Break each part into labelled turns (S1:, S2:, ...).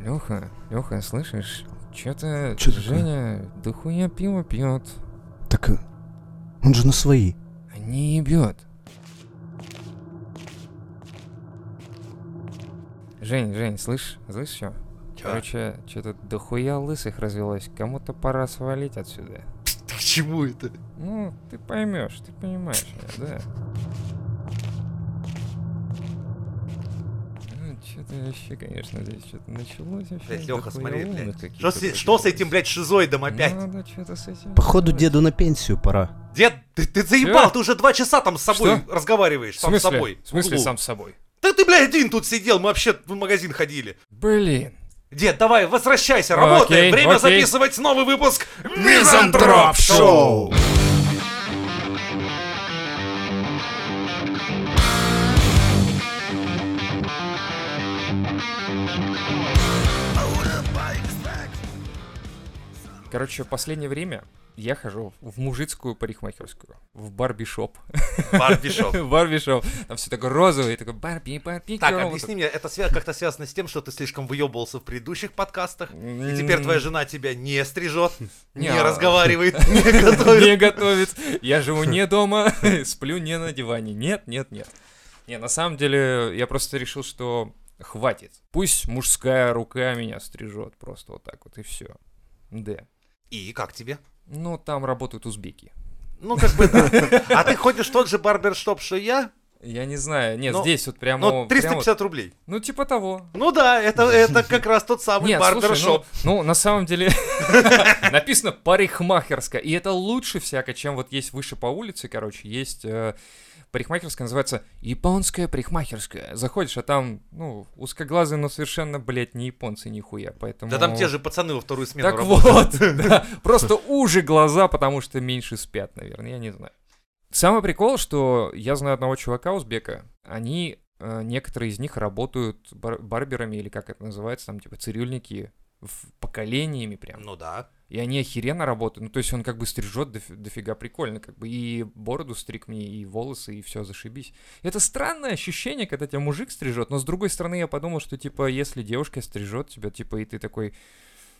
S1: Леха, Леха, слышишь? Че-то
S2: Чё такое?
S1: Женя дохуя пиво пьет,
S2: Так э, он же на свои.
S1: а не ебет. Жень, Жень, слышь, слышь все? Короче, что-то дохуя лысых развелось, кому-то пора свалить отсюда.
S3: К чему это?
S1: Ну, ты поймешь, ты понимаешь меня, да? Ну, что-то вообще, конечно, здесь что-то началось вообще.
S3: Блять, Леха,
S1: дохуя
S3: смотри,
S1: лунок
S3: блядь.
S1: каких-то
S3: Что с, что с
S1: появилось.
S3: этим, блядь, шизоидом опять?
S1: Надо Ну, что-то с этим Э,
S2: Походу
S1: делать.
S2: деду на пенсию пора.
S3: Дед, ты, ты заебал,
S1: Чё?
S3: ты уже два часа там с собой
S1: Что?
S3: разговариваешь,
S1: В
S3: сам с
S1: смысле?
S3: собой.
S1: В смысле
S3: углу.
S1: сам с собой?
S3: Да ты, блядь, один тут сидел, мы вообще в магазин ходили.
S1: Блин.
S3: Дед, давай, возвращайся, работай.
S1: Окей,
S3: Время
S1: окей.
S3: записывать новый выпуск
S2: Мизантроп Шоу!
S1: Короче, в последнее время я хожу в мужицкую парикмахерскую, в барби-шоп.
S3: Барбишоп.
S1: барби-шоп. Там все такое розовое, такое барби, барби,
S3: Так,
S1: girl».
S3: объясни мне, это свя- как-то связано с тем, что ты слишком выебывался в предыдущих подкастах, и
S1: М.
S3: теперь твоя жена тебя не стрижет, не
S1: Не.
S3: разговаривает, не
S1: Не
S3: готовит.
S1: готовит. Я живу не дома, сплю не на диване. Нет, нет, нет. Не, на самом деле, я просто решил, что хватит. Пусть мужская рука меня стрижет просто вот так вот, и все. Да.
S3: И как тебе?
S1: Ну, там работают узбеки.
S3: Ну, как бы, да. А ты ходишь в тот же барбершоп, что я,
S1: Я не знаю, нет,
S3: Ну,
S1: здесь вот прямо...
S3: но
S1: прямо-
S3: 350 рублей.
S1: ну, типа того.
S3: Ну да, это, это как раз тот самый
S1: Нет, слушай, ну,
S3: барбершоп.
S1: ну, на самом деле, написано парикмахерская, и это лучше всяко, чем вот есть выше по улице, короче, есть э, парикмахерская, называется японская парикмахерская. Заходишь, а там, ну, узкоглазые, но совершенно, блядь, не японцы нихуя, поэтому...
S3: Да там те же пацаны во вторую смену
S1: ну, Так
S3: работают.
S1: вот, да, просто уже глаза, потому что меньше спят, наверное, я не знаю. Самый прикол, что я знаю одного чувака узбека, они, э, некоторые из них работают бар- барберами, или как это называется, там, типа, цирюльники, в- поколениями прям.
S3: Ну да.
S1: И они охеренно работают. Ну, то есть он как бы стрижет дофи- дофига прикольно, как бы. И бороду стриг мне, и волосы, и все, зашибись. Это странное ощущение, когда тебя мужик стрижет, но с другой стороны я подумал, что, типа, если девушка стрижет тебя, типа, и ты такой...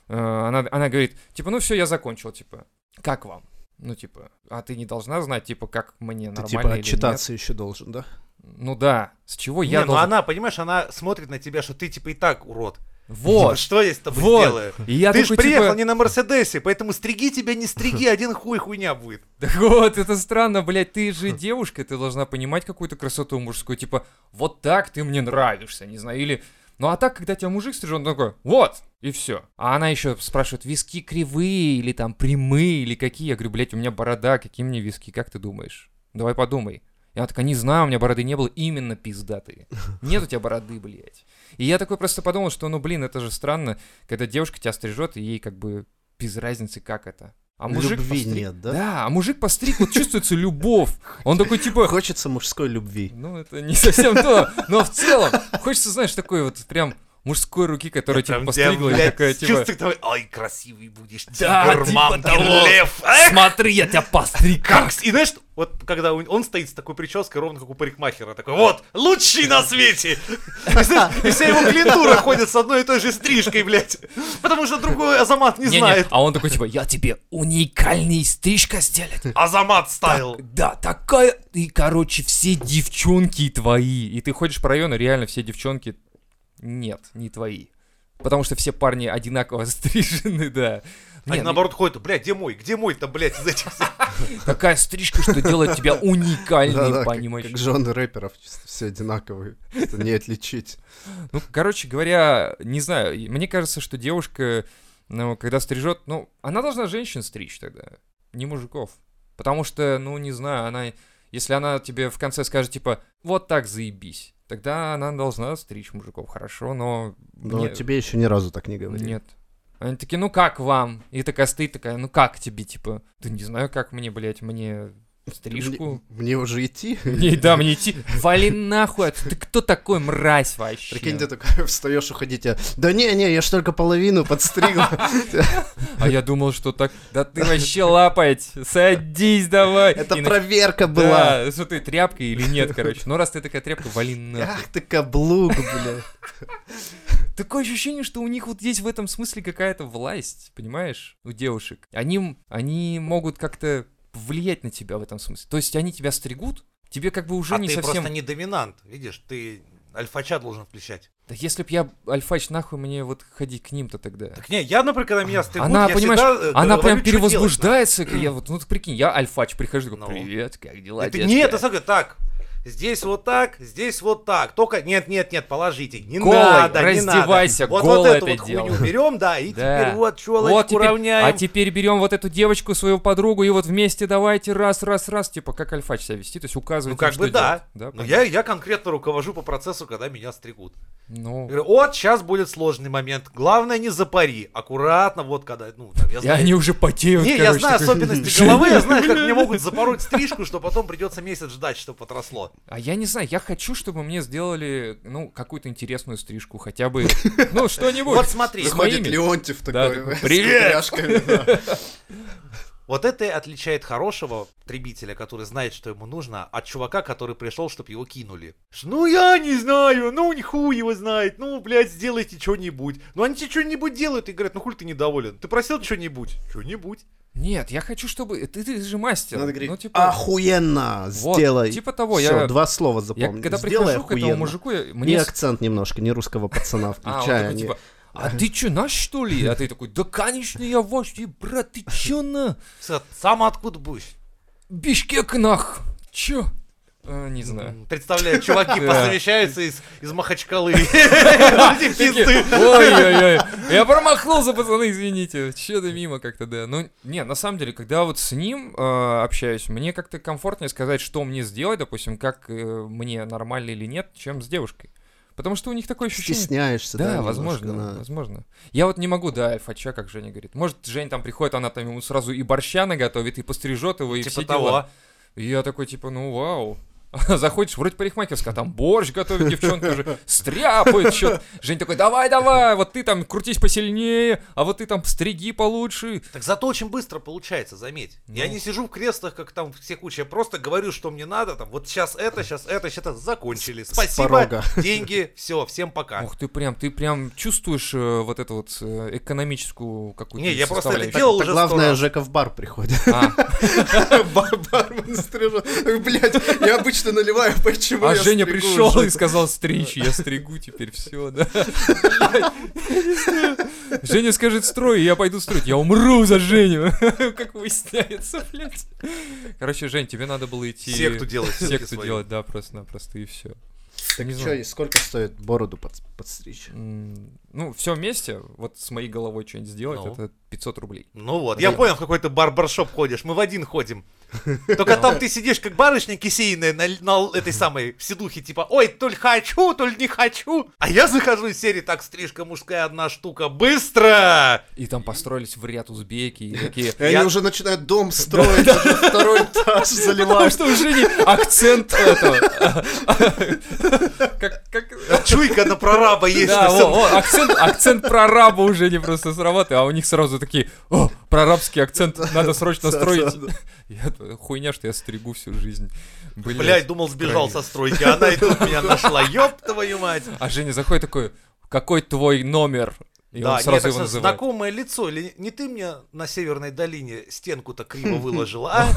S1: э, она, она говорит, типа, ну все, я закончил, типа, как вам? Ну, типа, а ты не должна знать, типа, как мне
S2: Ты
S1: нормально
S2: типа
S1: или нет?»
S2: отчитаться еще должен, да?
S1: Ну да, с чего я
S3: не, ну
S1: должен...
S3: она, понимаешь, она смотрит на тебя, что ты типа и так урод. Типа,
S1: Вот,
S3: Что я с тобой
S1: вот.
S3: сделаю?
S1: И я
S3: ты
S1: такой,
S3: ж приехал
S1: типа,
S3: не на Мерседесе, поэтому стриги тебя не стриги, один хуй хуйня будет.
S1: Так вот, это странно, блядь, ты же девушка, ты должна понимать какую-то красоту мужскую, типа, вот так ты мне нравишься, не знаю, или... Ну а так, когда тебя мужик стрижет, он такой, вот, и все. А она еще спрашивает, виски кривые или там прямые, или какие? Я говорю, блядь, у меня борода, какие мне виски, как ты думаешь? Давай подумай. И она такая, не знаю, у меня бороды не было, именно пиздатые. Нет у тебя бороды, блядь. И я такой просто подумал, что, ну, блин, это же странно, когда девушка тебя стрижет, и ей как бы без разницы, как это. А мужик
S2: Любви
S1: постри-
S2: нет, да?
S1: а мужик по вот чувствуется любовь. Он такой типа,
S2: Хочется мужской любви.
S1: ну это не совсем то, но в целом хочется, знаешь, такой вот прям мужской руки, которая типа
S3: Прям тебя,
S1: постригла и
S3: блядь,
S1: такая типа...
S3: чувствует, давай, ай, красивый будешь,
S1: Да,
S3: тигр,
S1: типа
S3: мамкин
S1: того.
S3: лев. Эх,
S1: Смотри, я тебя постриг.
S3: как с- И знаешь, вот когда он, он стоит с такой прической, ровно как у парикмахера, такой, вот, лучший на свете! И, знаешь, и вся его клиентура ходит с одной и той же стрижкой, блядь. Потому что другой Азамат не
S1: Не-не,
S3: знает.
S1: а он такой типа, я тебе уникальный стрижка сделать.
S3: Азамат стайл.
S1: Да, такая... И, короче, все девчонки твои. И ты ходишь по району, реально все девчонки... Нет, не твои. Потому что все парни одинаково стрижены, да.
S3: Они
S1: Не, ну-
S3: наоборот ходят, блядь, где мой, где мой-то, блядь, из этих всех?»
S1: Такая стрижка, что делает тебя уникальной,
S4: Да-да, как-
S1: понимаешь?
S4: Как жены рэперов, чисто все одинаковые, это не отличить.
S1: Ну, короче говоря, не знаю, и мне кажется, что девушка, ну, когда стрижет, ну, она должна женщин стричь тогда, не мужиков. Потому что, ну, не знаю, она, если она тебе в конце скажет, типа, вот так заебись, тогда она должна стричь мужиков, хорошо, но...
S2: Но
S1: мне-
S2: тебе еще ни разу так не говорили.
S1: Нет. Они такие, ну как вам? И такая стоит такая, ну как тебе, типа, да не знаю, как мне, блядь, мне стрижку.
S4: Мне, мне уже идти?
S1: Не, да, мне идти. Вали нахуй, отсюда. ты кто такой мразь вообще?
S4: Прикинь, ты такой встаешь, уходить, а, да не, не, я ж только половину подстригла.
S1: А я думал, что так... Да ты вообще лапать, садись давай.
S4: Это
S1: И на-
S4: проверка была.
S1: Да, что ты, тряпка или нет, короче. Ну, раз ты такая тряпка, вали нахуй.
S4: Ах ты каблук, бля.
S1: такое ощущение, что у них вот есть в этом смысле какая-то власть, понимаешь, у девушек. Они, м- они могут как-то влиять на тебя в этом смысле. То есть они тебя стригут, тебе как бы уже
S3: а
S1: не
S3: ты
S1: совсем...
S3: просто не доминант, видишь, ты альфача должен включать.
S1: Да если б я альфач, нахуй мне вот ходить к ним-то тогда.
S3: Так не, я, например, когда меня стригут,
S1: она,
S3: я
S1: понимаешь,
S3: всегда, э,
S1: она прям
S3: говорю, что делать надо.
S1: перевозбуждается. Я вот, ну ты прикинь, я альфач прихожу, такой,
S3: Ну.
S1: привет, как дела,
S3: Это,
S1: детка?»
S3: нет, это смотри, так. Здесь вот так, здесь вот так. Только нет, нет, нет, положите. Не
S1: Голой,
S3: надо, не надо.
S1: раздевайся,
S3: Вот,
S1: голой
S3: вот
S1: это
S3: эту вот хуйню
S1: делай.
S3: берем, да, и
S1: Да.
S3: теперь вот челочку
S1: Вот теперь-
S3: равняем.
S1: а теперь берем вот эту девочку, свою подругу, и вот вместе давайте раз, раз, раз, типа как альфач себя вести, то есть указывать,
S3: Ну
S1: им,
S3: как
S1: что
S3: бы да.
S1: делать. да
S3: Но
S1: понятно.
S3: я, я конкретно руковожу по процессу, когда меня стригут. Я
S1: Ну,
S3: говорю, вот сейчас будет сложный момент. Главное не запари. Аккуратно, вот когда, ну, там, я
S1: и
S3: знаю.
S1: они уже потеют,
S3: Не, я
S1: короче,
S3: знаю
S1: такой,
S3: особенности
S1: «Жи».
S3: головы, я знаю, как мне могут запороть стрижку, что потом придется месяц ждать, чтобы отросло.
S1: А я не знаю, я хочу, чтобы мне сделали, ну, какую-то интересную стрижку, хотя бы, ну, что-нибудь.
S3: Вот смотри,
S1: С
S4: Заходит
S1: моими.
S4: Леонтьев
S1: Да,
S4: такой.
S1: такой,
S4: с
S1: «Привет!»
S4: кудряшками, да.
S3: Вот это и отличает хорошего потребителя, который знает, что ему нужно, от чувака, который пришел, чтобы его кинули. Ш- Ну я не знаю, ну ни хуй его знает, ну, блядь, сделайте что-нибудь. Ну они тебе что-нибудь делают и говорят, ну хуй ты недоволен, ты просил что-нибудь? Что-нибудь.
S1: Нет, я хочу, чтобы... э, Ты, ты же мастер.
S4: Надо говорить,
S1: ну,
S3: «А,
S1: типа...
S4: Охуенно!
S1: вот,
S4: Сделай!
S1: Типа того,
S4: Всё,
S1: я...
S4: два слова
S1: Я
S4: запомни.
S1: когда
S4: Сделай
S1: прихожу к этому
S4: охуенно.
S1: мужику, я-
S4: И
S1: мне... с-
S4: акцент немножко, не русского пацана
S1: А, он
S4: включая.
S1: такой,
S4: не-
S1: типа, а ты чё, наш что ли? А ты такой, да конечно я ваш, и, брат, ты чё на?
S3: Сад, Сам откуда будешь?
S1: Бишкек нах! Чё? Э, Не знаю.
S3: М, Представляю, чуваки
S1: Да.
S3: посовещаются из, из Махачкалы. Пизды.
S1: Ой-ой-ой, я промахнулся, пацаны, извините. Чё-то мимо как-то, да. Ну, не, на самом деле, когда вот с ним э, общаюсь, мне как-то комфортнее сказать, что мне сделать, допустим, как э, мне нормально или нет, чем с девушкой. Потому что у них такое ощущение,
S4: Стесняешься, да?
S1: Да,
S4: немножко,
S1: возможно,
S4: да.
S1: возможно. Я вот не могу, да, альфача, как Женя говорит. Может, Жень там приходит, она там ему сразу и борща наготовит, и пострижет его, и
S3: Типа
S1: все
S3: того.
S1: дела. И я такой, типа, ну вау. Заходишь, вроде парикмахерская, а там борщ готовит, девчонка уже стряпает, что Жень такой, давай, давай, вот ты там крутись посильнее, а вот ты там стриги получше.
S3: Так зато очень быстро получается, заметь. Я
S1: Ну.
S3: не сижу в креслах, как там все куча. Я просто говорю, что мне надо. Там вот сейчас это, сейчас это, сейчас это закончили. Спасибо.
S4: порога.
S3: Деньги. Все, всем пока.
S1: Ух, ты прям, ты прям чувствуешь э, вот эту вот э, экономическую какую-то
S3: Не, я просто это
S1: составляющую.
S3: делал
S4: Так
S3: уже
S4: главное,
S3: сто раз.
S4: Жека в бар приходит.
S1: А.
S4: Бар- Бармен стрижет. Блять, я обычно наливаю, почему
S1: А
S4: я
S1: Женя
S4: стригу
S1: пришел
S4: Жека?
S1: и сказал стричь, я стригу теперь все, да. Женя скажет строй, и я пойду строить. Я умру за Женю. Как выясняется, блядь. Короче, Жень, тебе надо было идти...
S3: Секту делать, всё-таки
S1: Секту
S3: свою.
S1: делать, да, просто-напросто, и все.
S4: Так
S1: Не
S4: чё,
S1: знаю.
S4: и сколько стоит бороду под- подстричь?
S1: Ну, все вместе, вот с моей головой что-нибудь сделать,
S3: Ну.
S1: это 500 рублей.
S3: Ну вот, я
S4: Да.
S3: понял, в какой ты барбершоп ходишь. Мы в один ходим. Только
S1: Ну.
S3: там ты сидишь, как барышня кисейная на, на этой самой сидухе, типа, ой, то ли хочу, то ли не хочу. А я захожу из серии, так, стрижка мужская, одна штука, быстро!
S1: И там построились в ряд узбеки, и такие...
S4: И
S3: Я-
S4: Они уже начинают дом строить, уже второй этаж
S1: Потому
S4: заливают.
S1: что у Жени акцент этого. Как- Как...
S3: Чуйка на прораба есть.
S1: Да,
S3: на всем
S1: во, во, акцент, акцент прораба уже не просто сработает, а у них сразу такие, о, прорабский акцент, надо срочно
S4: да,
S1: строить.
S4: да,
S1: Я т- хуйня, что я стригу всю жизнь. Блядь.
S3: Блять, думал, сбежал со стройки, а она и тут меня нашла. Ёб твою мать.
S1: А Женя заходит такой, какой твой номер? И он сразу
S3: нет, так
S1: его
S3: сказать,
S1: называет.
S3: знакомое лицо. Или не ты мне на Северной долине стенку-то криво
S1: Ну,
S3: выложила, а?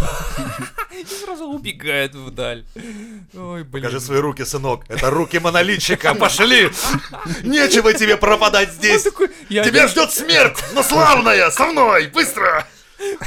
S1: И сразу убегает вдаль. Ой, блин.
S3: Покажи свои руки, сынок. Это руки монолитчика. Пошли! Нечего тебе пропадать
S1: Он
S3: здесь.
S1: такой, Ну, я
S3: Тебя ждет смерть, но славная, со мной, быстро!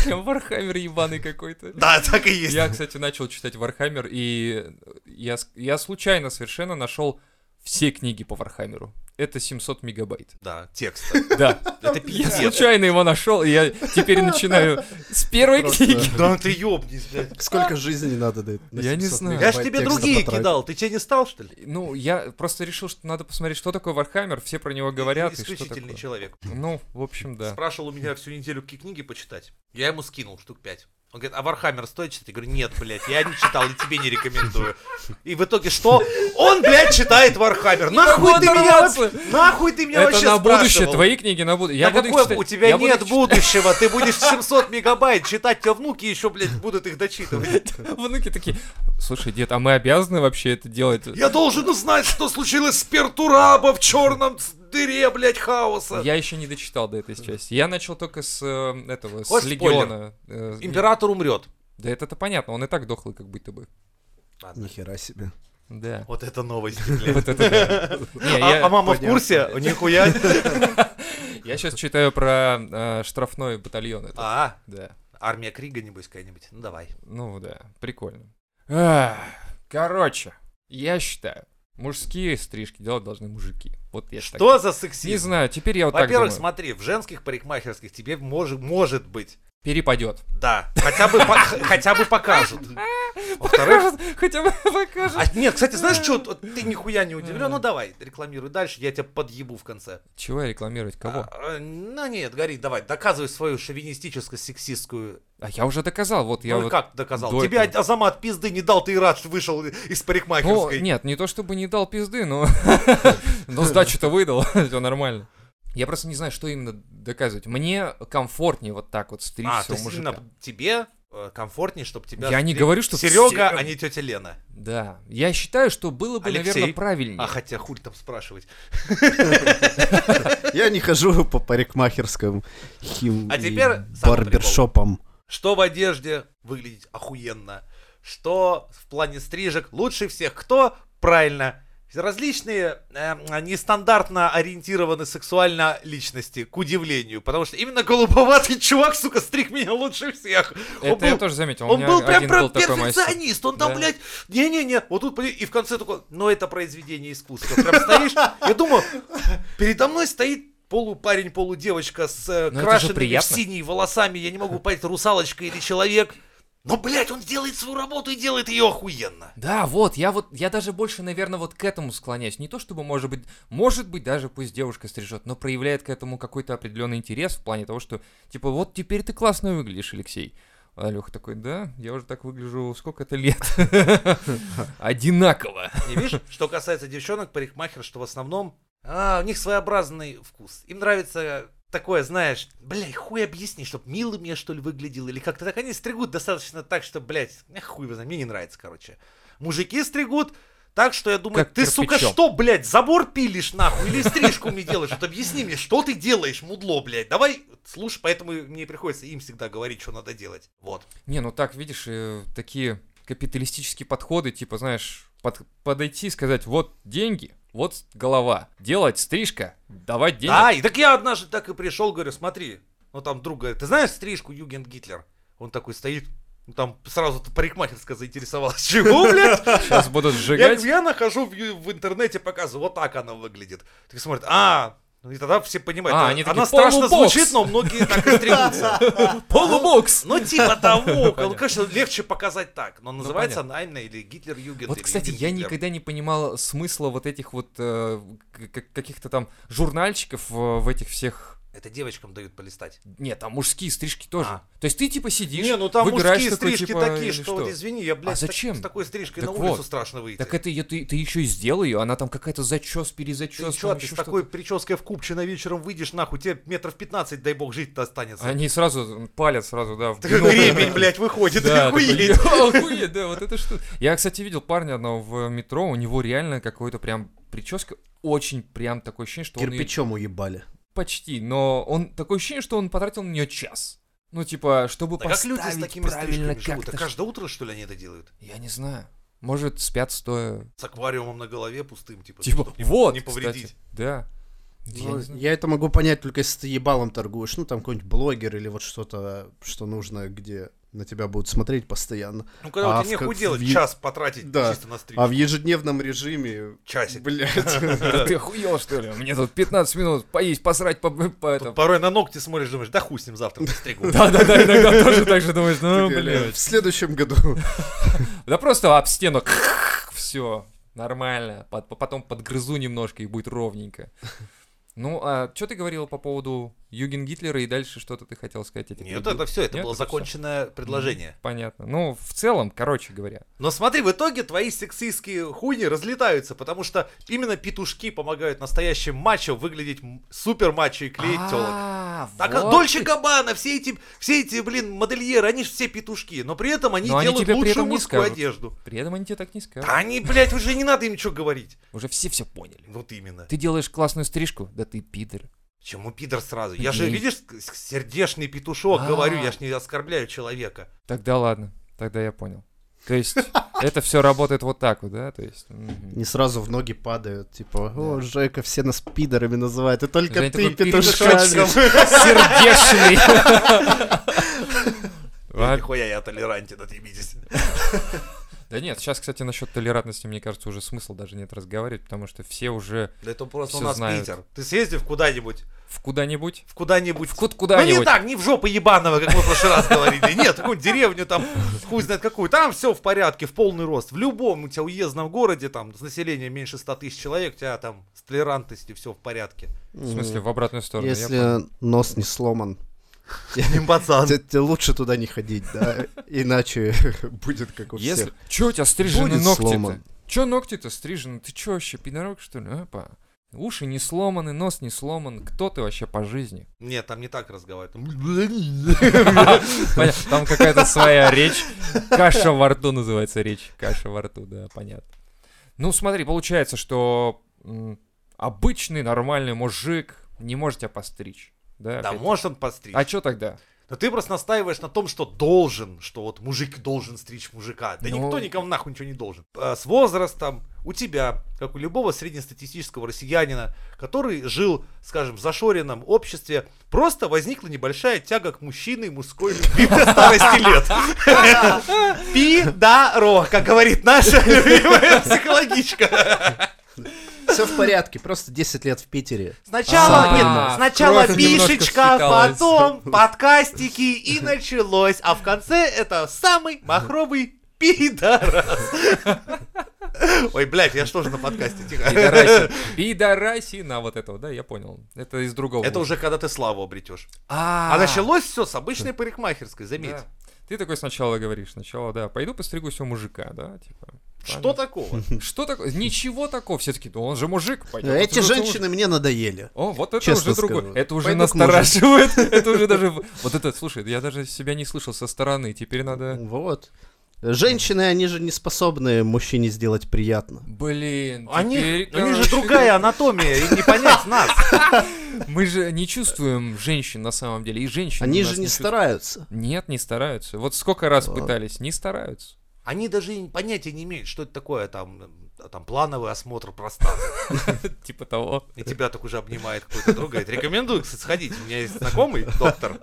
S1: прям Вархаммер ебаный какой-то.
S3: Да, так и есть.
S1: Я, кстати, начал читать Вархаммер, и я, с- я случайно совершенно нашел все книги по Вархаммеру. Это 700 мегабайт.
S3: Да, текст.
S1: Да.
S3: Это
S1: Я
S3: пиздец.
S1: случайно его нашел, и я теперь начинаю с первой
S4: Просто-
S1: книги.
S3: Да ты ёбнись, блядь.
S4: Сколько жизни надо дать? на
S1: Я не
S4: 700
S1: знаю.
S3: Я ж
S4: мегабайт
S3: тебе
S4: текста
S3: другие
S4: потратить?
S3: кидал, ты тебе не стал, что ли?
S1: Ну, я просто решил, что надо посмотреть, что такое Вархаммер, все про него говорят, и что
S3: Исключительный
S1: такое.
S3: человек.
S1: Ну, в общем, да.
S3: Спрашивал у меня всю неделю, какие книги почитать. Я ему скинул штук 5. Он говорит, а Вархаммер стоит читать? Я говорю, нет, блядь, я не читал и тебе не рекомендую. И в итоге что? Он, блядь, читает Вархаммер. Нахуй ты меня
S1: оторваться.
S3: вообще, нахуй ты меня
S1: Это
S3: вообще
S1: на будущее,
S3: спрашивал?
S1: твои книги на будущее. Я
S3: Да
S1: буду их
S3: какое-
S1: читать-
S3: у тебя
S1: я буду
S3: нет
S1: их читать.
S3: будущего, ты будешь 700 мегабайт читать, тебя внуки еще, блядь, будут их дочитывать.
S1: Внуки такие, слушай, дед, а мы обязаны вообще это делать?
S3: Я должен узнать, что случилось с Пертураба в черном дыре, блядь, хаоса.
S1: Я еще не дочитал до этой части. Я начал только с э, этого, с
S3: Хочешь
S1: Легиона. Э,
S3: Император умрет.
S1: Да это-то понятно, он и так дохлый, как будто бы.
S3: Ладно.
S2: Нихера себе.
S1: Да.
S3: Вот это новость, блядь.
S1: Вот это да. Не,
S3: А
S1: я-
S3: а мама в
S2: Понятно,
S3: курсе?
S2: блядь.
S3: Нихуя.
S1: Я сейчас читаю про э, штрафной батальон. этот.
S3: А,
S1: Да.
S3: армия Крига, небось, какая-нибудь. Ну, давай.
S1: Ну да, прикольно. Ах, Короче, я считаю, мужские стрижки делать должны мужики. Вот я так-
S3: Что за
S1: Не
S3: сексизм?
S1: знаю, теперь я вот так
S3: Во-первых,
S1: думаю.
S3: смотри, в женских парикмахерских тебе мож- может быть,
S1: Перепадет.
S3: да, хотя бы по- х- хотя бы покажут. Во-вторых,
S1: Хотя бы покажет.
S3: а, нет, кстати, знаешь что, ты нихуя не удивлен, ну давай, рекламируй дальше, я тебя подъебу в конце.
S1: Чего рекламировать? Кого?
S3: А, э, ну нет, гори, давай, доказывай свою шовинистическо-сексистскую.
S1: А я уже доказал, вот я
S3: ну и
S1: вот...
S3: как доказал?
S1: до
S3: Тебе
S1: этого.
S3: Азамат пизды не дал, ты и рад что вышел из
S1: Ну,
S3: парикмахерской.
S1: нет, не то чтобы не дал пизды, но, но сдачу-то выдал, все нормально. Я просто не знаю, что именно доказывать. Мне комфортнее вот так вот стричь
S3: а,
S1: всего
S3: то есть
S1: мужика.
S3: именно тебе э, комфортнее, чтобы тебя...
S1: Я не
S3: встретил
S1: говорю, что
S3: Серега,
S1: все-
S3: а не тетя Лена.
S1: Да. Я считаю, что было бы,
S3: Алексей.
S1: наверное, правильнее.
S3: А хотя хуль там спрашивать.
S2: Я не хожу по парикмахерским хим
S3: А
S2: и
S3: теперь самый
S2: барбершопам.
S3: Что в одежде выглядеть охуенно, что в плане стрижек лучше всех кто? Правильно. Различные эм, нестандартно ориентированы сексуально личности, к удивлению. Потому что именно голубоватый чувак, сука, стриг меня лучше всех.
S1: Это
S3: он был,
S1: я тоже заметил. у
S3: он
S1: меня
S3: был прям,
S1: один
S3: прям
S1: был такой мастер.
S3: перфекционист. Он там,
S1: Да.
S3: блядь, не-не-не, вот тут, поди- и в конце такой, ну это произведение искусства. Прям стоишь, я думаю, передо мной стоит полупарень, полудевочка с э,
S1: Ну, это же
S3: крашенными в
S1: приятно.
S3: синие волосами, я не могу понять, русалочка или человек. Но, блядь, он делает свою работу и делает ее охуенно.
S1: Да, вот, я вот, я даже больше, наверное, вот к этому склоняюсь. Не то чтобы, может быть, может быть, даже пусть девушка стрижет, но проявляет к этому какой-то определенный интерес в плане того, что, типа, вот теперь ты классно выглядишь, Алексей. А Леха такой, да, я уже так выгляжу сколько-то лет. Одинаково.
S3: И видишь, что касается девчонок, парикмахер, что в основном, а, у них своеобразный вкус. Им нравится такое, знаешь, блядь, хуй объясни, чтоб милым я, что ли, выглядел, или как-то так. Они стригут достаточно так, что, блядь, э, хуй его знает, мне не нравится, короче. Мужики стригут так, что я думаю,
S1: Как
S3: ты, сука,
S1: кирпичом.
S3: что, блядь, забор пилишь, нахуй, или стрижку мне делаешь? Вот объясни мне, что ты делаешь, мудло, блядь. Давай, слушай, поэтому мне приходится им всегда говорить, что надо делать. Вот.
S1: Не, ну так, видишь, э, такие капиталистические подходы, типа, знаешь, под- подойти и сказать, вот деньги, вот голова, делать стрижка, давать деньги.
S3: Да, и так я однажды так и пришел, говорю, смотри, ну там друг говорит, ты знаешь стрижку Юген Гитлер? Он такой стоит, ну там сразу парикмахерская заинтересовалась. Чего, блядь?
S1: Сейчас будут
S3: Я,
S1: сжигать.
S3: я нахожу в, ю- в интернете показываю, вот так она выглядит. Так смотрит, а, ну и тогда все понимают,
S1: А,
S3: а,
S1: они такие,
S3: она страшно
S1: «Полубокс».
S3: звучит, но многие так и стригутся.
S1: Полубокс!
S3: Ну типа того,
S1: Понятно. Ну,
S3: конечно, легче показать так, но называется она именно или Гитлер Юген.
S1: Вот,
S3: или
S1: кстати,
S3: Юген
S1: я
S3: Гитлер.
S1: никогда не понимал смысла вот этих вот э, к- к- каких-то там журнальчиков э, в этих всех.
S3: Это девочкам дают полистать.
S1: Нет, там мужские стрижки тоже.
S3: А.
S1: То есть ты типа сидишь,
S3: Не, ну там
S1: выбираешь
S3: мужские
S1: такой,
S3: стрижки
S1: типа, или
S3: такие, что, вот извини, я, блядь,
S1: А
S3: с так-
S1: зачем?
S3: с такой стрижкой
S1: Так
S3: на улицу
S1: вот.
S3: страшно выйти.
S1: Так это её- ты, ты еще и сделай ее, она там какая-то зачес,
S3: ты
S1: перезачес.
S3: чё, ты с такой прической в Купчино вечером выйдешь, нахуй, тебе метров 15, дай бог, жить-то останется.
S1: Они сразу палят сразу, да. в
S3: Так
S1: бинокль.
S3: Гребень, блядь, выходит,
S1: Да,
S3: охуеть.
S1: такой, охуеть, да, вот это что. Я, кстати, видел парня одного в метро, у него реально какой-то прям прическа, очень прям такое ощущение, что он её
S2: Кирпичом уебали.
S1: Почти, но он такое ощущение, что он потратил на нее час. Ну, типа, чтобы
S3: Да как
S1: поставить
S3: люди с такими
S1: правильно
S3: стрижками живут?
S1: как-то.
S3: А каждое утро, что ли, они это делают?
S1: Я не знаю. Может, спят стоя.
S3: С аквариумом на голове пустым, типа.
S1: Типа,
S3: чтоб
S1: вот,
S3: Не повредить.
S1: кстати. Да. Я
S2: Ну,
S1: не
S2: я,
S1: знаю.
S2: это могу понять только если ты ебалом торгуешь, ну там какой-нибудь блогер или вот что-то, что нужно, где на тебя будут смотреть постоянно.
S3: Ну, когда
S2: А
S3: у тебя
S2: в как-
S3: нехуй делать,
S2: в-
S3: час потратить
S2: Да.
S3: чисто на
S2: А в
S3: стрижку.
S2: ежедневном режиме,
S3: Часик.
S2: блядь,
S1: Да ты охуел, что ли? Мне тут 15 минут поесть, посрать по, по
S3: Тут
S1: этому.
S3: Порой на ногти смотришь, думаешь, да хуй с ним завтра постригу.
S1: Да-да-да, иногда тоже так же думаешь, ну,
S2: в
S1: блядь.
S2: следующем году.
S1: Да просто об стену. Все, нормально. Под- Потом подгрызу немножко и будет ровненько. Ну, а что ты говорил по поводу Юген Гитлера и дальше что-то ты хотел сказать? Я тебя
S3: Нет,
S1: перебил.
S3: это все, это
S1: Нет,
S3: было
S1: это всё.
S3: законченное предложение.
S1: Понятно. Ну, в целом, короче говоря.
S3: Но смотри, в итоге твои сексистские хуйни разлетаются, потому что именно петушки помогают настоящим мачо выглядеть м- супер мачо и клеить телок.
S1: А,
S3: Так,
S1: вот
S3: а Дольче
S1: ты-
S3: Габбана, все эти, все эти, блин, модельеры, они же все петушки, но при этом они
S1: Но они
S3: делают
S1: тебе при
S3: лучшую
S1: этом не
S3: мужскую
S1: скажут.
S3: одежду.
S1: При этом они тебе так не скажут.
S3: Да Они, блядь, уже не надо им ничего говорить.
S1: Уже все все поняли.
S3: Вот именно.
S1: Ты делаешь классную стрижку, да когда ты пидор.
S3: Почему пидор сразу? Я же,
S1: Гей.
S3: видишь, с- сердечный петушок
S1: А.
S3: говорю, я ж не оскорбляю человека.
S1: Тогда ладно, тогда я понял. То есть это все работает вот так вот, да? То есть... мгм.
S2: Не сразу в ноги падают, типа, о,
S1: Да.
S2: Жека, все нас пидорами называют, и только
S1: Женя
S2: ты
S1: такой, «Пидорочка,
S2: петушками.
S1: Сердечный.
S3: Ой,
S1: Во-
S3: Нихуя я толерантен, отъебитесь.
S1: Да нет, сейчас, кстати, насчет толерантности, мне кажется, уже смысл даже нет разговаривать, потому что все уже
S3: Да это просто у
S1: Всё
S3: нас
S1: знают.
S3: Питер. Ты съездив куда-нибудь,
S1: в куда-нибудь,
S3: в куда-нибудь...
S1: в кут
S3: Ну не
S1: куда-нибудь.
S3: так, не в жопу ебаного, как мы в прошлый раз говорили. Нет, какую деревню там, хуй знает какую. Там все в порядке, в полный рост. В любом у тебя уездном городе, там, с населением меньше 100 тысяч человек, у тебя там с толерантностью все в порядке.
S1: В смысле, в обратную сторону. я понял.
S2: Если нос не сломан,
S3: Не
S1: А,
S3: пацан.
S2: т- тебе лучше туда не ходить, да, иначе будет как у всех.
S1: Если... Че у тебя стрижены
S2: Будет
S1: ногти-то?
S2: сломан.
S1: Че ногти-то стрижены? Ты че вообще, пидорок, что ли? Опа. Уши не сломаны, нос не сломан. Кто ты вообще по жизни?
S3: Нет, там не так разговаривают.
S1: Понятно, там какая-то своя речь. Каша во рту называется речь. Каша во рту, да, понятно. Ну, смотри, получается, что м, обычный нормальный мужик не может тебя постричь. Да,
S3: Да
S1: опять?
S3: может он подстричь.
S1: А что тогда?
S3: Но ты просто настаиваешь на том, что должен, что вот мужик должен стричь мужика. Да
S1: Ну.
S3: никто никому нахуй ничего не должен. А С возрастом у тебя, как у любого среднестатистического россиянина, который жил, скажем, в зашоренном обществе, просто возникла небольшая тяга к мужчине и мужской любви до старости лет. Пидоро, как говорит наша любимая психологичка.
S2: Все в порядке, просто 10 лет в Питере.
S3: Сначала,
S1: А,
S3: нет, сначала
S1: кровь немножко
S3: бишечка,
S1: впиталась.
S3: потом подкастики и началось. А в конце это самый махровый пидорас. Ой, блядь, я что же на подкасте? Тихо.
S1: Пидорасина. Пидорасина, вот этого, да, я понял. Это из другого.
S3: Это уже когда ты славу обретешь.
S1: А,
S3: А началось все с обычной парикмахерской, заметь.
S1: Да. Ты такой сначала говоришь, сначала, да, пойду постригусь у мужика, да, типа.
S3: Что такого?
S1: Понятно. Что такое? Ничего такого, все таки он же мужик, пойдём
S2: Эти
S1: постригусь у
S2: женщины мне надоели.
S1: О, вот это
S2: Честно
S1: уже другое.
S2: скажу.
S1: Это уже
S2: Пойду к мужу.
S1: настораживает. Это уже даже... Вот это, слушай, я даже себя не слышал со стороны. Теперь надо...
S2: Вот. Женщины, они же не способны мужчине сделать приятно.
S1: Блин,
S3: Они,
S1: теперь,
S3: у них же
S1: короче,
S3: другая анатомия, и не понять нас.
S1: Мы же не чувствуем женщин на самом деле, и женщины
S2: Они
S1: нас
S2: же не
S1: чувствуют.
S2: стараются.
S1: Нет, не стараются. Вот сколько раз
S2: Вот.
S1: пытались, не стараются.
S3: Они даже и понятия не имеют, что это такое, там, э, там плановый осмотр простаты.
S1: Типа того.
S3: И тебя так уже обнимает какой-то друг, говорит, рекомендую, кстати, сходить. У меня есть знакомый доктор,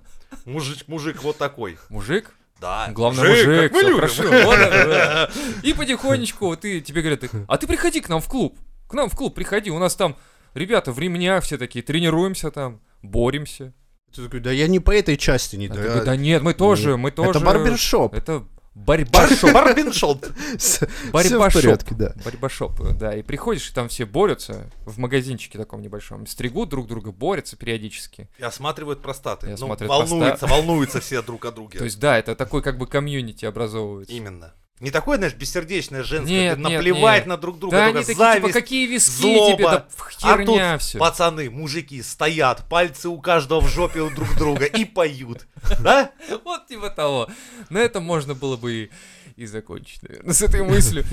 S3: мужик, мужик вот такой.
S1: Мужик,
S3: Да,
S1: главное
S3: как
S1: мужик,
S3: мы
S1: всё
S3: любим.
S1: хорошо. вот это, да. И потихонечку вот ты, тебе говорят, ты, а ты приходи к нам в клуб, к нам в клуб приходи, у нас там ребята в ремнях все такие, тренируемся там, боремся.
S2: Ты такой, да я не по этой части не
S1: А
S2: да.
S1: ты такой, да нет, мы тоже, мы тоже.
S2: Это барбершоп.
S1: Это борьба
S3: Барбин Барбиншоп.
S2: Всё в
S1: Борьбашоп.
S2: порядке, да.
S1: Борьбашоп, да. И приходишь, и там все борются в магазинчике таком небольшом. Стригут друг друга, борются периодически.
S3: И осматривают простаты.
S1: И
S3: Ну,
S1: осматривают
S3: волнуются,
S1: простаты.
S3: волнуются все друг о
S1: То
S3: друге.
S1: есть, да, это такой как бы комьюнити образовывается.
S3: Именно. Не такое, знаешь, бессердечное женское,
S1: Нет,
S3: ты
S1: нет,
S3: наплевать
S1: нет.
S3: на друг друга,
S1: Да
S3: только
S1: они такие, типа,
S3: зависть.
S1: какие виски
S3: злоба.
S1: тебе, да в
S3: А
S1: херня
S3: тут
S1: все.
S3: пацаны, мужики стоят, пальцы у каждого в жопе у друг друга и поют. Да?
S1: Вот типа того. На этом можно было бы и, и закончить, наверное, с этой мыслью.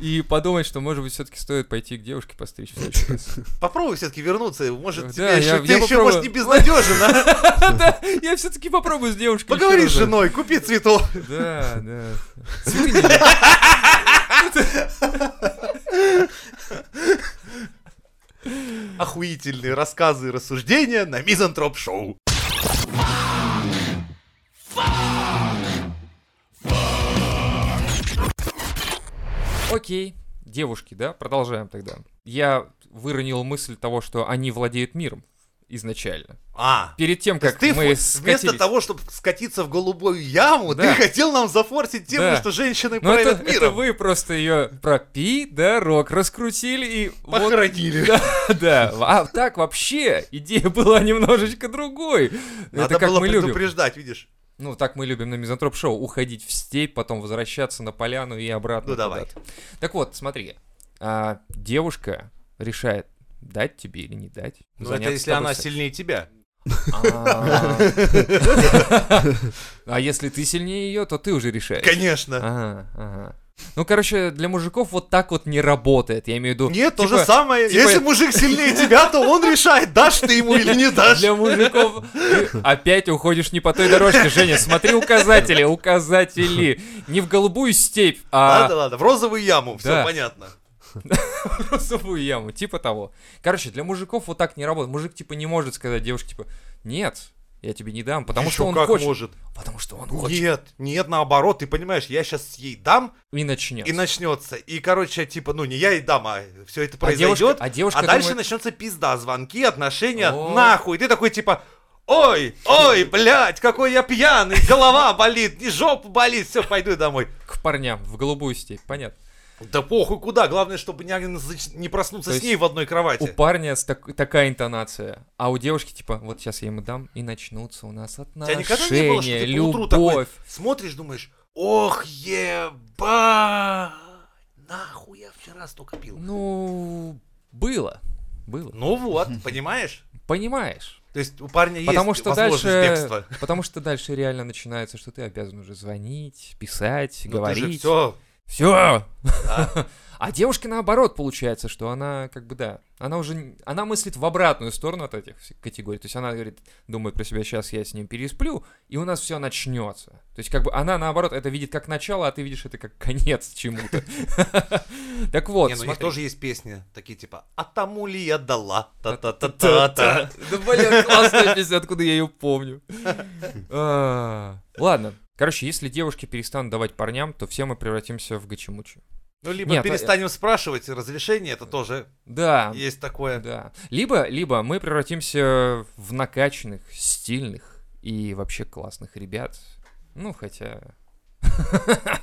S1: И подумать, что, может быть, все-таки стоит пойти к девушке постричь в следующий раз.
S3: Попробуй все-таки вернуться, может,
S1: Да,
S3: тебе
S1: я-
S3: еще,
S1: я
S3: ты еще,
S1: попробую.
S3: может, не безнадежен, а?
S1: Да, я все-таки попробую с девушкой. еще
S3: Поговори с
S1: разок.
S3: женой, купи цветов.
S1: Да, да. Цветы не любят.
S3: Охуительные рассказы и рассуждения на Мизантроп Шоу.
S1: Окей, девушки, да, продолжаем тогда. Я выронил мысль того, что они владеют миром изначально.
S3: А,
S1: Перед тем,
S3: то есть
S1: как
S3: ты
S1: мы
S3: фу- вместо
S1: скатились-
S3: того, чтобы скатиться в голубую яму,
S1: Да.
S3: ты хотел нам зафорсить тему,
S1: Да.
S3: что женщины
S1: Но Ну, это,
S3: правят
S1: это
S3: миром.
S1: вы просто ее про пи, да, рок раскрутили и вот
S3: Похоронили.
S1: Да, а так вообще идея была немножечко другой.
S3: Надо
S1: это как
S3: было
S1: мы любим.
S3: предупреждать, видишь?
S1: Ну, так мы любим на Мизантроп Шоу уходить в степь, потом возвращаться на поляну и обратно.
S3: Ну, давай.
S1: куда-то. Так вот, смотри, а, девушка решает, дать тебе или не дать.
S3: Но Ну, это
S1: заняться Ну, с
S3: если
S1: тобой
S3: она
S1: сексом.
S3: сильнее тебя.
S1: А А если ты А сильнее ее, то ты уже решаешь.
S3: Конечно.
S1: Ага, ага. Ну, короче, для мужиков вот так вот не работает. Я имею в виду...
S3: Нет, то
S1: типа,
S3: же самое.
S1: типа-
S3: Если мужик сильнее тебя, то он решает, дашь ты ему или не дашь.
S1: Для мужиков ты опять уходишь не по той дорожке, Женя. Смотри указатели, указатели. Не в голубую степь, а
S3: Ладно, ладно, в розовую яму, все
S1: Да.
S3: понятно.
S1: в розовую яму, типа того. Короче, для мужиков вот так не работает. Мужик типа не может сказать девушке типа нет, я тебе не дам, потому что
S3: Ещё
S1: он
S3: как
S1: хочет.
S3: может? Ну,
S1: Потому что он хочет.
S3: Нет, нет, наоборот, ты понимаешь, я сейчас ей дам,
S1: И начнет.
S3: и начнется. И, короче, типа, ну не я и дам, а все это
S1: А девушка,
S3: произойдет.
S1: а девушка
S3: А дальше
S1: думает,
S3: начнется пизда, звонки, отношения,
S1: О.
S3: нахуй. Ты такой типа, ой, ой, блядь, какой я пьяный, голова болит, не жопа болит, все, пойду домой.
S1: к парням в голубую степь, понятно.
S3: Да похуй куда, главное, чтобы не, зач- не проснуться
S1: То
S3: с
S1: есть
S3: ней в одной кровати.
S1: У парня с так- такая интонация, а у девушки типа вот сейчас я ему дам и начнутся у нас
S3: У
S1: отношения,
S3: тебя никогда не было, что ты поутру такой
S1: любовь.
S3: смотришь, думаешь, ох, еба, нахуй я вчера столько пил.
S1: Ну было, было.
S3: Ну вот, понимаешь?
S1: Понимаешь?
S3: То есть у парня есть
S1: Потому что
S3: возможность
S1: дальше,
S3: бегства.
S1: потому что дальше реально начинается, что ты обязан уже звонить, писать,
S3: Ну, ты же
S1: говорить.
S3: всё.
S1: Все. А девушка наоборот получается, что она как бы да, она уже н- она мыслит в обратную сторону от этих всех категорий. То есть она говорит, думает про себя, сейчас я с ним пересплю, и у нас все начнется. То есть как бы она наоборот это видит как начало, а ты видишь это как конец чему-то. Так вот,
S3: Не, ну у них
S1: смотри.
S3: тоже есть песни, такие типа «А тому ли я дала?» Та-та-та-та-та.
S1: Да блин, классная песня, откуда я ее помню. А, Ладно. Короче, если девушки перестанут давать парням, то все мы превратимся в гачимучи.
S3: Ну, либо
S1: Нет, э,
S3: перестанем спрашивать разрешение, это тоже
S1: Да,
S3: есть такое.
S1: да. Либо, либо мы превратимся в накачанных, стильных и вообще классных ребят. Ну, хотя...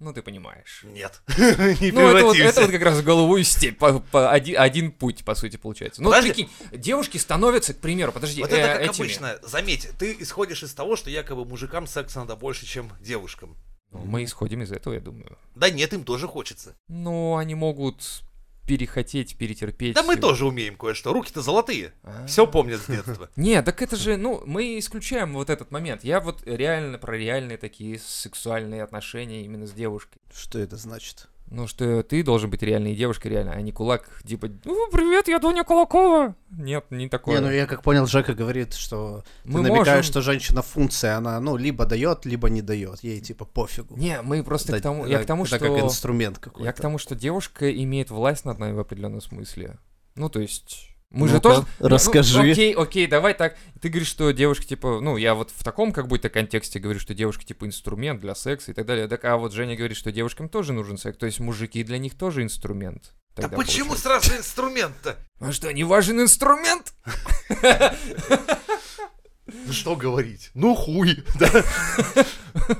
S1: Ну, ты понимаешь.
S3: Нет, не
S1: Ну, это вот, это вот
S3: превратимся.
S1: как раз в головую степь, по- по оди- один, путь, по сути, получается. Ну, вот
S3: Подожди.
S1: прикинь, девушки становятся, к примеру, подожди,
S3: Вот
S1: э,
S3: это как
S1: этими.
S3: обычно. Заметь, ты исходишь из того, что якобы мужикам секса надо больше, чем девушкам.
S1: Ну, Мы исходим из этого, я думаю.
S3: Да нет, им тоже хочется.
S1: Ну, они могут перехотеть, перетерпеть.
S3: Да мы тоже умеем кое-что. Руки-то золотые.
S1: А.
S3: Все помнят с детства.
S1: Не, так это же, ну, мы исключаем вот этот момент. Я вот реально про реальные такие сексуальные отношения именно с девушкой.
S2: Что это значит?
S1: Ну, что ты должен быть реальной девушкой реально, а не кулак, типа, ну, привет, я Дуня Кулакова. Нет, не такое.
S2: Не, ну я как понял, Жека говорит, что
S1: мы
S2: ты намекаешь,
S1: можем...
S2: что женщина функция, она, ну, либо дает, либо не дает. Ей типа пофигу.
S1: Не, мы просто
S2: Да-
S1: к тому,
S2: да,
S1: я к тому,
S2: э, это
S1: что...
S2: как инструмент какой-то.
S1: Я к тому, что девушка имеет власть над нами в определенном смысле. Ну, то есть... Мы же
S2: Ну-ка,
S1: тоже... Не, ну,
S2: расскажи.
S1: окей, окей, давай так. Ты говоришь, что девушка, типа, ну, я вот в таком как будто контексте говорю, что девушка, типа, инструмент для секса и так далее. Так, а вот Женя говорит, что девушкам тоже нужен секс. То есть мужики для них тоже инструмент.
S3: Да
S1: Тогда
S3: почему
S1: получается.
S3: сразу инструмент-то?
S1: А что, не важен инструмент?
S3: Ну что говорить? Ну хуй. Да.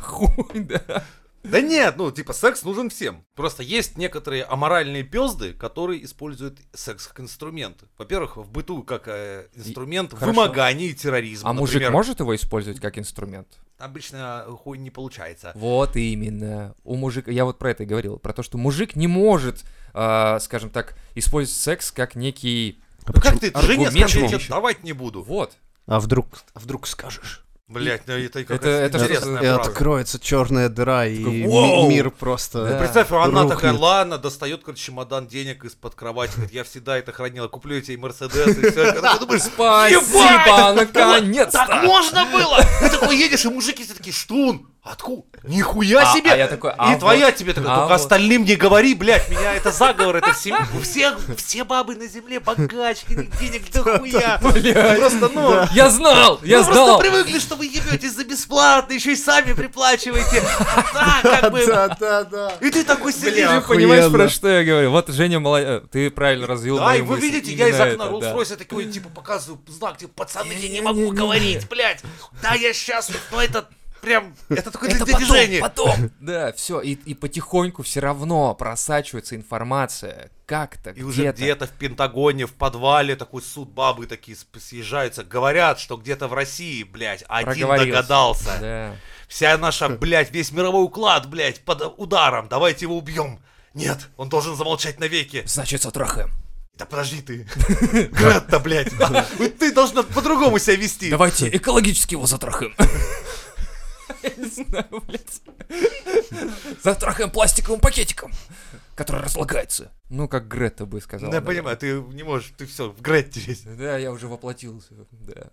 S1: Хуй, да.
S3: Да нет, ну типа секс нужен всем. Просто есть некоторые аморальные пезды, которые используют секс как инструмент. Во-первых, в быту как э, инструмент
S1: хорошо.
S3: вымогания и терроризма.
S1: А мужик
S3: например.
S1: может его использовать как инструмент?
S3: Обычно э, хуй не получается.
S1: Вот именно. У мужика, я вот про это и говорил, про то, что мужик не может, а, скажем так, использовать секс как некий...
S3: Ну как ты,
S1: А почему?
S3: жене
S1: Аргумент
S3: скажи, я
S1: же
S3: тебе
S1: еще.
S3: давать не буду.
S1: Вот.
S2: А вдруг, а вдруг скажешь?
S3: Блять, ну это
S1: Это-
S3: какая-то
S1: это что-то-
S3: интересная
S2: И
S3: фраза.
S2: откроется черная дыра, и
S1: Такой,
S2: ми-
S3: «Воу!»
S2: мир просто...
S1: Да.
S3: Представь, она
S2: рухнет.
S3: такая, ладно, достает, короче, чемодан денег из-под кровати, говорит, я всегда это хранила, куплю я тебе Мерседес и все. Когда ты думаешь,
S1: Спасибо,
S3: так
S1: наконец-то!
S3: можно было! Ты такой едешь, и мужики все такие, штун, откуда? Нихуя
S1: А-
S3: себе!
S1: а я такой, а
S3: и твоя
S1: вот,
S3: тебе такая,
S1: а
S3: только
S1: вот».
S3: остальным не говори, блядь, меня это заговор, это все, у всех, все бабы на земле богачки, денег дохуя. Просто, ну,
S1: Я знал, я
S3: вы
S1: знал!
S3: просто привыкли, что вы ебетесь за бесплатно, еще и сами приплачиваете. А так, как бы...
S2: Да-да-да.
S3: И ты такой
S1: Ты
S3: сидишь.
S1: же понимаешь,
S2: Охуенно.
S1: про что я говорю. Вот Женя, молодец, ты правильно развил
S3: Да,
S1: мои
S3: и вы
S1: мысли.
S3: видите, я из
S1: Именно
S3: окна
S1: это, да.
S3: Rolls-Royce такой, типа, показываю знак, типа, пацаны, я не могу говорить, блядь. Да, я сейчас, но это прям, это такое для движения.
S1: потом. Да, все, и, и потихоньку все равно просачивается информация. Как-то,
S3: И уже где-то в Пентагоне, в подвале такой суд бабы такие сп- съезжаются, говорят, что где-то в России, блядь, один
S1: Проговорился.
S3: догадался.
S1: Да.
S3: Вся наша, блядь, весь мировой уклад, блядь, под ударом, давайте его убьем. Нет, он должен замолчать навеки.
S1: Значит, сотрахаем.
S3: Да подожди ты. Град-то, блядь. Вот Ты должна по-другому себя вести.
S1: Давайте экологически его затрахаем. не знаю, блядь. Затрахаем пластиковым пакетиком, который разлагается. Ну, как Грета бы сказала.
S3: Я
S1: наверное.
S3: понимаю, ты не можешь, ты все, в Гретте весь.
S1: Да, я уже воплотился, да.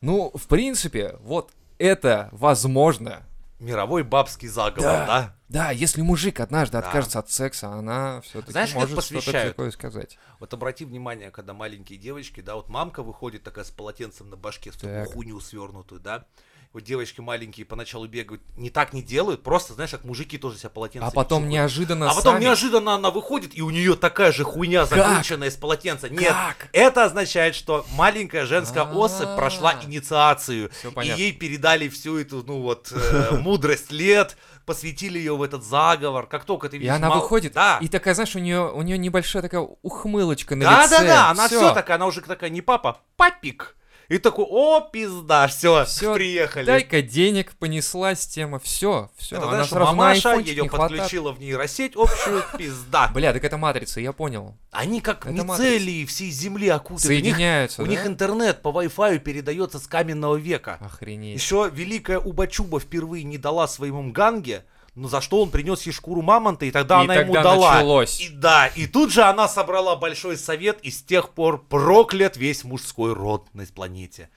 S1: Ну, в принципе, вот это возможно.
S3: Мировой бабский заговор,
S1: Да.
S3: да?
S1: Да, если мужик однажды
S3: Да.
S1: откажется от секса, она все-таки
S3: Знаешь, как
S1: может что-то
S3: посвящают?
S1: такое сказать.
S3: Вот обрати внимание, когда маленькие девочки, да, вот мамка выходит такая с полотенцем на башке, с такую
S1: Так.
S3: хуйню свернутую, да. Вот девочки маленькие поначалу бегают, не так не делают, просто, знаешь, как мужики тоже себя полотенцем
S1: А потом неожиданно
S3: А потом
S1: сами-
S3: неожиданно она выходит, и у нее такая же хуйня, закрученная из полотенца. Нет,
S1: Как?
S3: это означает, что маленькая женская особь прошла
S1: А.
S3: инициацию.
S1: Всё
S3: И
S1: понятно.
S3: ей передали всю эту, ну вот, э, мудрость лет, посвятили ее в этот заговор. Как только ты
S1: И
S3: видишь...
S1: она
S3: мал-
S1: выходит,
S3: Да.
S1: и такая, знаешь, у нее у нее небольшая такая ухмылочка на
S3: Да,
S1: лице.
S3: да, да, она все.
S1: Всё.
S3: такая, она уже такая не папа, папик. И такой, о, пизда, все,
S1: Всё,
S3: приехали.
S1: Дай-ка денег, понеслась тема, все, все.
S3: это
S1: она
S3: знаешь,
S1: сразу на
S3: мамаша
S1: айфончик
S3: ее
S1: не хватает.
S3: подключила в нейросеть общую пизда.
S1: Бля, так это матрица, я понял.
S3: Они как
S1: Это
S3: мицелии всей земли окутаны. У них,
S1: Соединяются,
S3: у
S1: да?
S3: них интернет по Wi-Fi передается с каменного века.
S1: Охренеть.
S3: Еще великая Убачуба впервые не дала своему мганге, но за что он принес ей шкуру мамонта, и тогда
S1: И
S3: она ему
S1: тогда
S3: дала.
S1: началось.
S3: И да, и тут же она собрала большой совет, и с тех пор проклят весь мужской род на планете.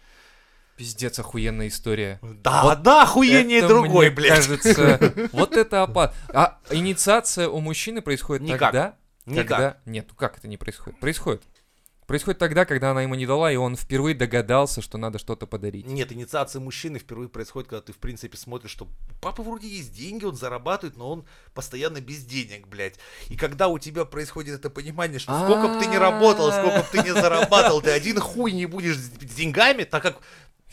S1: Пиздец, охуенная история.
S3: Да,
S1: Вот
S3: одна охуеннее
S1: Это,
S3: другой,
S1: мне
S3: блядь.
S1: кажется, вот это опасно. А инициация у мужчины происходит
S3: Никак.
S1: тогда,
S3: Никак.
S1: когда... Нет, ну как это не происходит? Происходит. Происходит тогда, когда она ему не дала, и он впервые догадался, что надо что-то подарить.
S3: Нет, инициация мужчины впервые происходит, когда ты, в принципе, смотришь, что у папы вроде есть деньги, он зарабатывает, но он постоянно без денег, блядь. И когда у тебя происходит это понимание, что сколько бы ты ни работал, сколько бы ты ни зарабатывал, ты один хуй не будешь с с деньгами, так как э,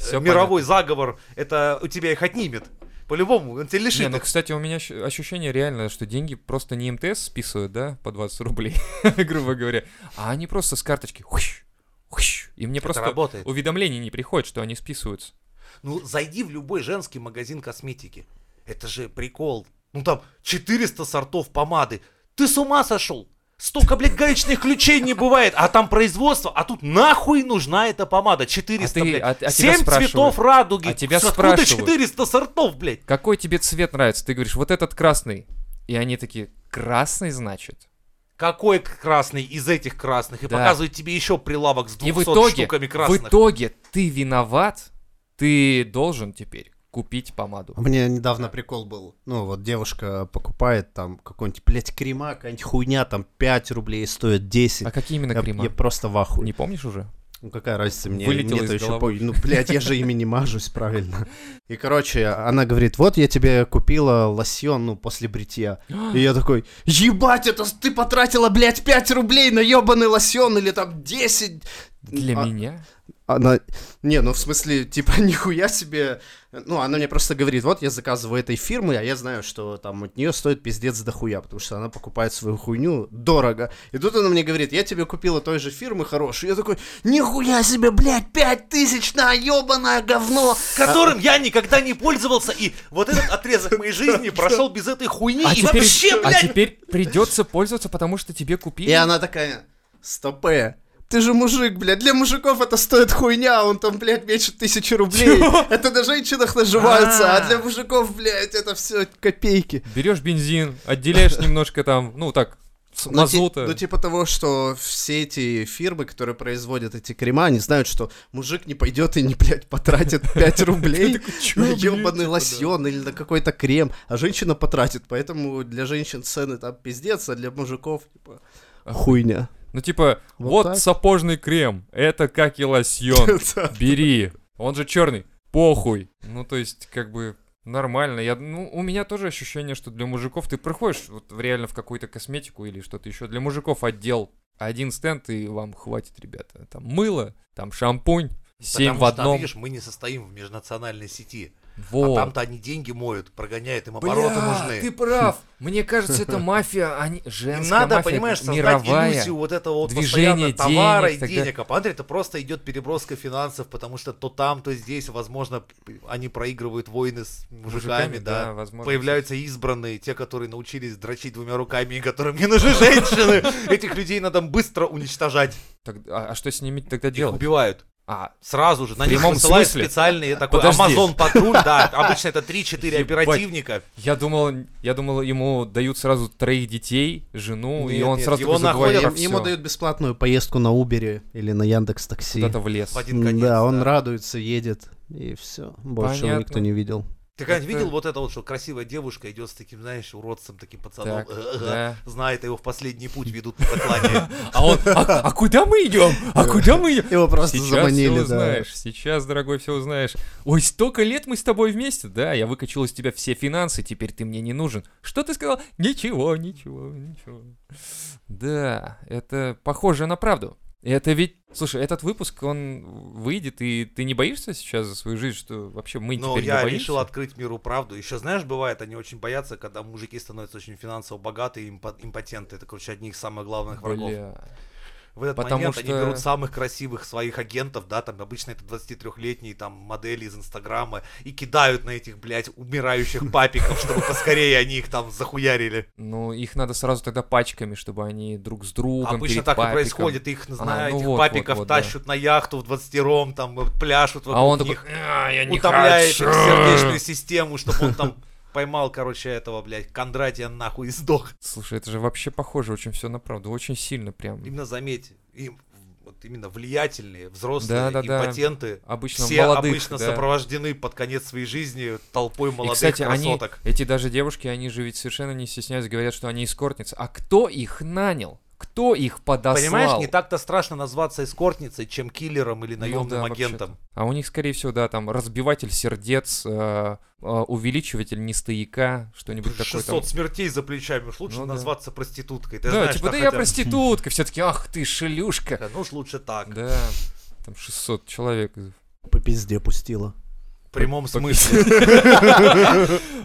S1: Всё
S3: мировой заговор, это у тебя их отнимет. По-любому, он тебя
S1: Не,
S3: лишит
S1: ну,
S3: их.
S1: кстати, у меня щ- ощущение реально, что деньги просто не МТС списывают, да, по 20 рублей, грубо говоря, а они просто с карточки. хуищ, хуищ. И мне просто
S3: работает.
S1: уведомления не приходят, что они списываются.
S3: Ну, зайди в любой женский магазин косметики. Это же прикол. Ну там 400 сортов помады. Ты с ума сошел? Столько, блядь, гаечных ключей не бывает, а там производство, а тут нахуй нужна эта помада. 400,
S1: А ты-
S3: блядь.
S1: а- а тебя
S3: 7
S1: спрашивают.
S3: цветов радуги.
S1: А тебя
S3: С- откуда
S1: спрашивают.
S3: 400 сортов, блядь?
S1: Какой тебе цвет нравится? Ты говоришь, вот этот красный. И они такие, красный, значит?
S3: Какой красный из этих красных? И
S1: Да.
S3: показывают тебе еще прилавок с 200
S1: И в итоге,
S3: штуками
S1: в
S3: красных.
S1: итоге ты виноват, ты должен теперь купить помаду.
S2: У меня недавно прикол был. Ну, вот девушка покупает там какой-нибудь, блядь, крема, какая-нибудь хуйня, там 5 рублей стоит 10.
S1: А какие именно
S2: я,
S1: крема?
S2: я просто в ахуе.
S1: Не помнишь уже?
S2: Ну, какая разница мне?
S1: Вылетело из
S2: мне-то ещё
S1: головы.
S2: пой- Ну, блядь, я же ими не мажусь, правильно. И, короче, она говорит, вот я тебе купила лосьон, ну, после бритья. И я такой, ебать, это с- ты потратила, блядь, 5 рублей на ебаный лосьон или там 10.
S1: Для
S2: А-
S1: меня?
S2: Она, не, ну в смысле, типа, нихуя себе, ну, она мне просто говорит, вот я заказываю этой фирмы, а я знаю, что там от нее стоит пиздец дохуя, потому что она покупает свою хуйню дорого. И тут она мне говорит, я тебе купила той же фирмы хорошую. Я такой, нихуя себе, блядь, пять тысяч на ебаное говно.
S3: которым я никогда не пользовался, и вот этот отрезок моей жизни прошел без этой хуйни,
S1: А
S3: и вообще,
S1: теперь, а
S3: блядь,
S1: теперь придется пользоваться, потому что тебе купили.
S2: И она такая, стопэ, ты же мужик, блядь, для мужиков это стоит хуйня, а он там, блядь, меньше тысячи рублей. Это на женщинах наживаются, а для мужиков, блядь, это все копейки.
S1: Берешь бензин, отделяешь немножко там, ну так, с-
S2: Ну, ти-
S1: мазута.
S2: Ну, типа того, что все эти фирмы, которые производят эти крема, они знают, что мужик не пойдет и не, блядь, потратит 5 рублей на ебаный лосьон или на какой-то крем, а женщина потратит. Поэтому для женщин цены там пиздец, а для мужиков, типа, хуйня.
S1: Ну, типа,
S2: Вот
S1: вот,
S2: так.
S1: сапожный крем, это как и лосьон, бери. Он же черный, похуй. Ну, то есть, как бы, нормально. Я, ну, у меня тоже ощущение, что для мужиков ты приходишь вот в- реально в какую-то косметику или что-то еще. Для мужиков отдел один стенд, и вам хватит, ребята. Там мыло, там шампунь, семь
S3: Потому
S1: в
S3: что,
S1: одном.
S3: видишь, мы не состоим в межнациональной сети.
S1: вот.
S3: А там-то они деньги моют, прогоняют, им обороты
S1: Бля,
S3: нужны.
S1: ты прав. Мне кажется, это мафия, они Хм. женская
S3: Им надо,
S1: мафия,
S3: понимаешь,
S1: это
S3: создать
S1: мировая.
S3: иллюзию вот этого вот
S1: движение
S3: постоянно товара
S1: денег,
S3: и
S1: тогда-
S3: денег. А Пантри это просто идет переброска финансов, потому что то там, то здесь, возможно, п- они проигрывают войны с мужиками, да.
S1: возможно.
S3: Появляются избранные, те, которые научились дрочить двумя руками, и которым не нужны женщины. Этих людей надо быстро уничтожать.
S1: Так- а, а что с ними тогда
S3: Их
S1: делать?
S3: убивают.
S1: А,
S3: Сразу же на
S1: В
S3: них
S1: прямом
S3: высылают
S1: смысле?
S3: специальный такой
S1: Подожди.
S3: Амазон патруль, да, обычно это 3-4
S1: Ебать.
S3: оперативника.
S1: я думал, я думал, ему дают сразу троих детей, жену, и
S3: Нет,
S1: он
S3: нет,
S1: сразу
S3: его
S1: такой забывает
S3: находят,
S1: про
S2: Ему
S1: всё.
S2: дают бесплатную поездку на Uber или на Яндекс Такси.
S1: куда-то в лес.
S3: В один конец.
S2: Да, он
S3: да.
S2: радуется, едет, и все. Больше его
S1: Понятно.
S2: никто не видел.
S3: Ты когда-нибудь
S1: Это-
S3: видел вот это вот, что красивая девушка идет с таким, знаешь, уродцем, таким пацаном,
S1: Так,
S3: э, э,
S1: да.
S3: знает, а его в последний путь ведут на заклане.
S1: А он, а, а куда мы идем? А куда мы идем?
S2: Его просто
S1: Сейчас
S2: заманили,
S1: все
S2: да.
S1: узнаешь, сейчас, дорогой, все узнаешь. Ой, столько лет мы с тобой вместе, да, я выкачал из тебя все финансы, теперь ты мне не нужен. Что ты сказал? Ничего, ничего, ничего. Да, это похоже на правду. Это ведь, слушай, этот выпуск, он выйдет, и ты не боишься сейчас за свою жизнь, что вообще мы
S3: Но
S1: теперь
S3: Ну, я
S1: не боимся?
S3: решил открыть миру правду. Еще знаешь, бывает, они очень боятся, когда мужики становятся очень финансово богаты и импо- импотенты. Это, короче, одни из самых главных врагов.
S1: Бля.
S3: В этот
S1: Потому
S3: момент они
S1: что-
S3: берут самых красивых своих агентов, да, там обычно это 23-летние там модели из Инстаграма, и кидают на этих, блядь, умирающих папиков, чтобы поскорее они их там захуярили.
S1: Ну, их надо сразу тогда пачками, чтобы они друг с другом
S3: Обычно
S1: перед
S3: так и
S1: папиком.
S3: происходит, их, знаю,
S1: ну
S3: этих
S1: вот,
S3: папиков
S1: вот, вот, да.
S3: тащут на яхту в 20 там э, пляшут вокруг
S1: А он такой,
S3: них,
S1: «А, я не
S3: утомляет их
S1: хочу».
S3: сердечную систему, чтобы он там поймал, короче, этого, блядь, Кондратия нахуй и сдох.
S1: Слушай, это же вообще похоже очень все на правду, очень сильно прям.
S3: Именно заметь, им вот именно влиятельные, взрослые,
S1: Да-да-да.
S3: импотенты,
S1: Обычно
S3: все
S1: молодых,
S3: обычно
S1: да.
S3: сопровождены под конец своей жизни толпой
S1: И,
S3: молодых
S1: кстати, они,
S3: красоток.
S1: эти даже девушки, они же ведь совершенно не стесняются, говорят, что они эскортницы. А кто их нанял? Кто их подослал?
S3: Понимаешь, не так-то страшно назваться эскортницей, чем киллером или
S1: Ну
S3: наемным
S1: да,
S3: агентом.
S1: А у них, скорее всего, да, там разбиватель сердец, э, э, увеличиватель нестояка, что-нибудь такое.
S3: 600
S1: там.
S3: смертей за плечами, уж лучше
S1: Ну да.
S3: назваться проституткой. Ты
S1: Да,
S3: знаешь,
S1: типа, да
S3: так
S1: я
S3: хотя-
S1: проститутка, все-таки, ах ты, шелюшка.
S3: Да, Ну уж лучше так,
S1: Да, там 600 человек.
S2: По пизде пустила.
S3: в прямом смысле.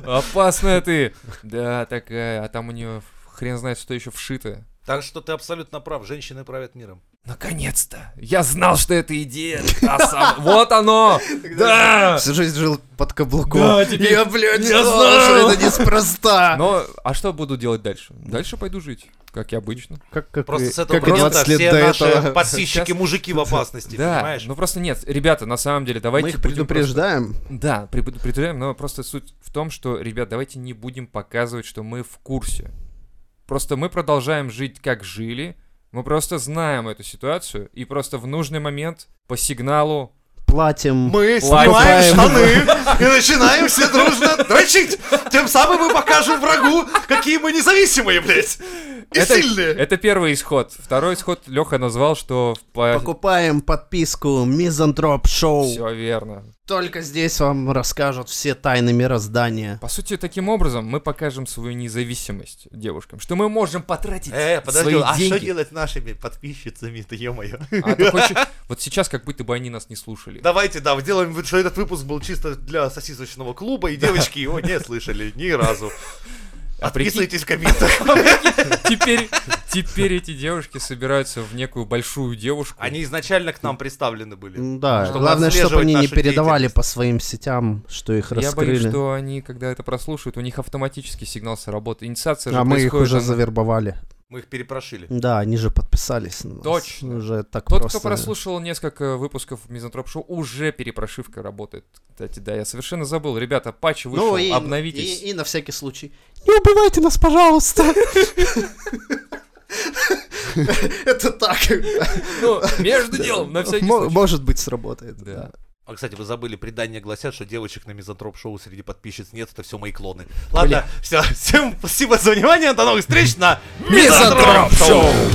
S1: Опасная ты. Да, такая, а там у нее хрен знает, что еще вшито.
S3: Так что ты абсолютно прав, женщины правят миром.
S1: Наконец-то! Я знал, что эта идея та самая. Вот оно! Да!
S2: Всю жизнь жил под каблуком.
S1: Да, теперь-
S2: Я, блядь,
S1: Я
S2: знал,
S1: знаю.
S2: что это неспроста.
S1: Но, а что буду делать дальше? Дальше пойду жить, как и обычно.
S2: Как, как,
S3: Просто
S2: и-
S3: с этого
S2: как и
S3: момента
S2: 20 лет
S3: все
S2: до
S3: наши
S2: этого.
S3: подсисчики-мужики в опасности,
S1: да,
S3: понимаешь?
S1: ну просто нет, ребята, на самом деле,
S2: Типа, Мы
S1: давайте
S2: их
S1: будем
S2: предупреждаем.
S1: просто- Да, при- предупреждаем, но просто суть в том, что, ребят, давайте не будем показывать, что мы в курсе. Просто мы продолжаем жить, как жили, мы просто знаем эту ситуацию, и просто в нужный момент по сигналу
S2: Платим.
S3: Э, Мы снимаем
S2: Лайфхак.
S3: штаны и начинаем все дружно дрочить. Тем самым мы покажем врагу, какие мы независимые, блядь. И
S1: это,
S3: сильные.
S1: это первый исход. Второй исход Леха назвал, что в по-
S2: Покупаем подписку Мизантроп Шоу.
S1: Все верно.
S2: Только здесь вам расскажут все тайны мироздания.
S1: По сути, таким образом мы покажем свою независимость девушкам, что мы можем потратить
S3: Э, подожди,
S1: свои
S3: а
S1: деньги.
S3: что делать с нашими подписчицами-то, ё-моё?
S1: А ты хочешь- Вот сейчас как будто бы они нас не слушали.
S3: Давайте, да, сделаем вид, что этот выпуск был чисто для сосисочного клуба, и девочки его не слышали ни разу.
S1: А прикинь,
S3: Отписывайтесь в комментах.
S1: теперь, теперь эти девушки собираются в некую большую девушку.
S3: Они изначально к нам представлены были.
S2: М, Да,
S3: Чтобы
S2: главное, чтобы
S3: отслеживать
S2: они не
S3: нашу
S2: передавали
S3: деятельность.
S2: по своим сетям, что их
S1: Я боюсь,
S2: раскрыли.
S1: что они, когда это прослушают, у них автоматически сигнал сработает. Инициация же
S2: А мы их
S1: происходит,
S2: уже
S1: она-
S2: завербовали.
S3: Мы их перепрошили.
S2: Да, они же подписались на нас.
S1: Точно.
S2: Уже так
S1: Тот,
S2: просто.
S1: кто прослушал несколько выпусков Мизантроп Шоу, уже перепрошивка работает. Кстати, да, я совершенно забыл. Ребята, патч вышел,
S2: Ну и,
S1: обновитесь.
S2: И, и на всякий случай. Не убивайте нас, пожалуйста. Это так.
S1: Ну, между делом, на всякий
S2: Мо-
S1: случай.
S2: Может быть, сработает.
S1: Да.
S2: да.
S3: А, кстати, вы забыли, предания гласят, что девочек на мизантроп-шоу среди подписчиц нет, это все мои клоны. Ладно, все, всем спасибо за внимание, до новых встреч на мизантроп-шоу!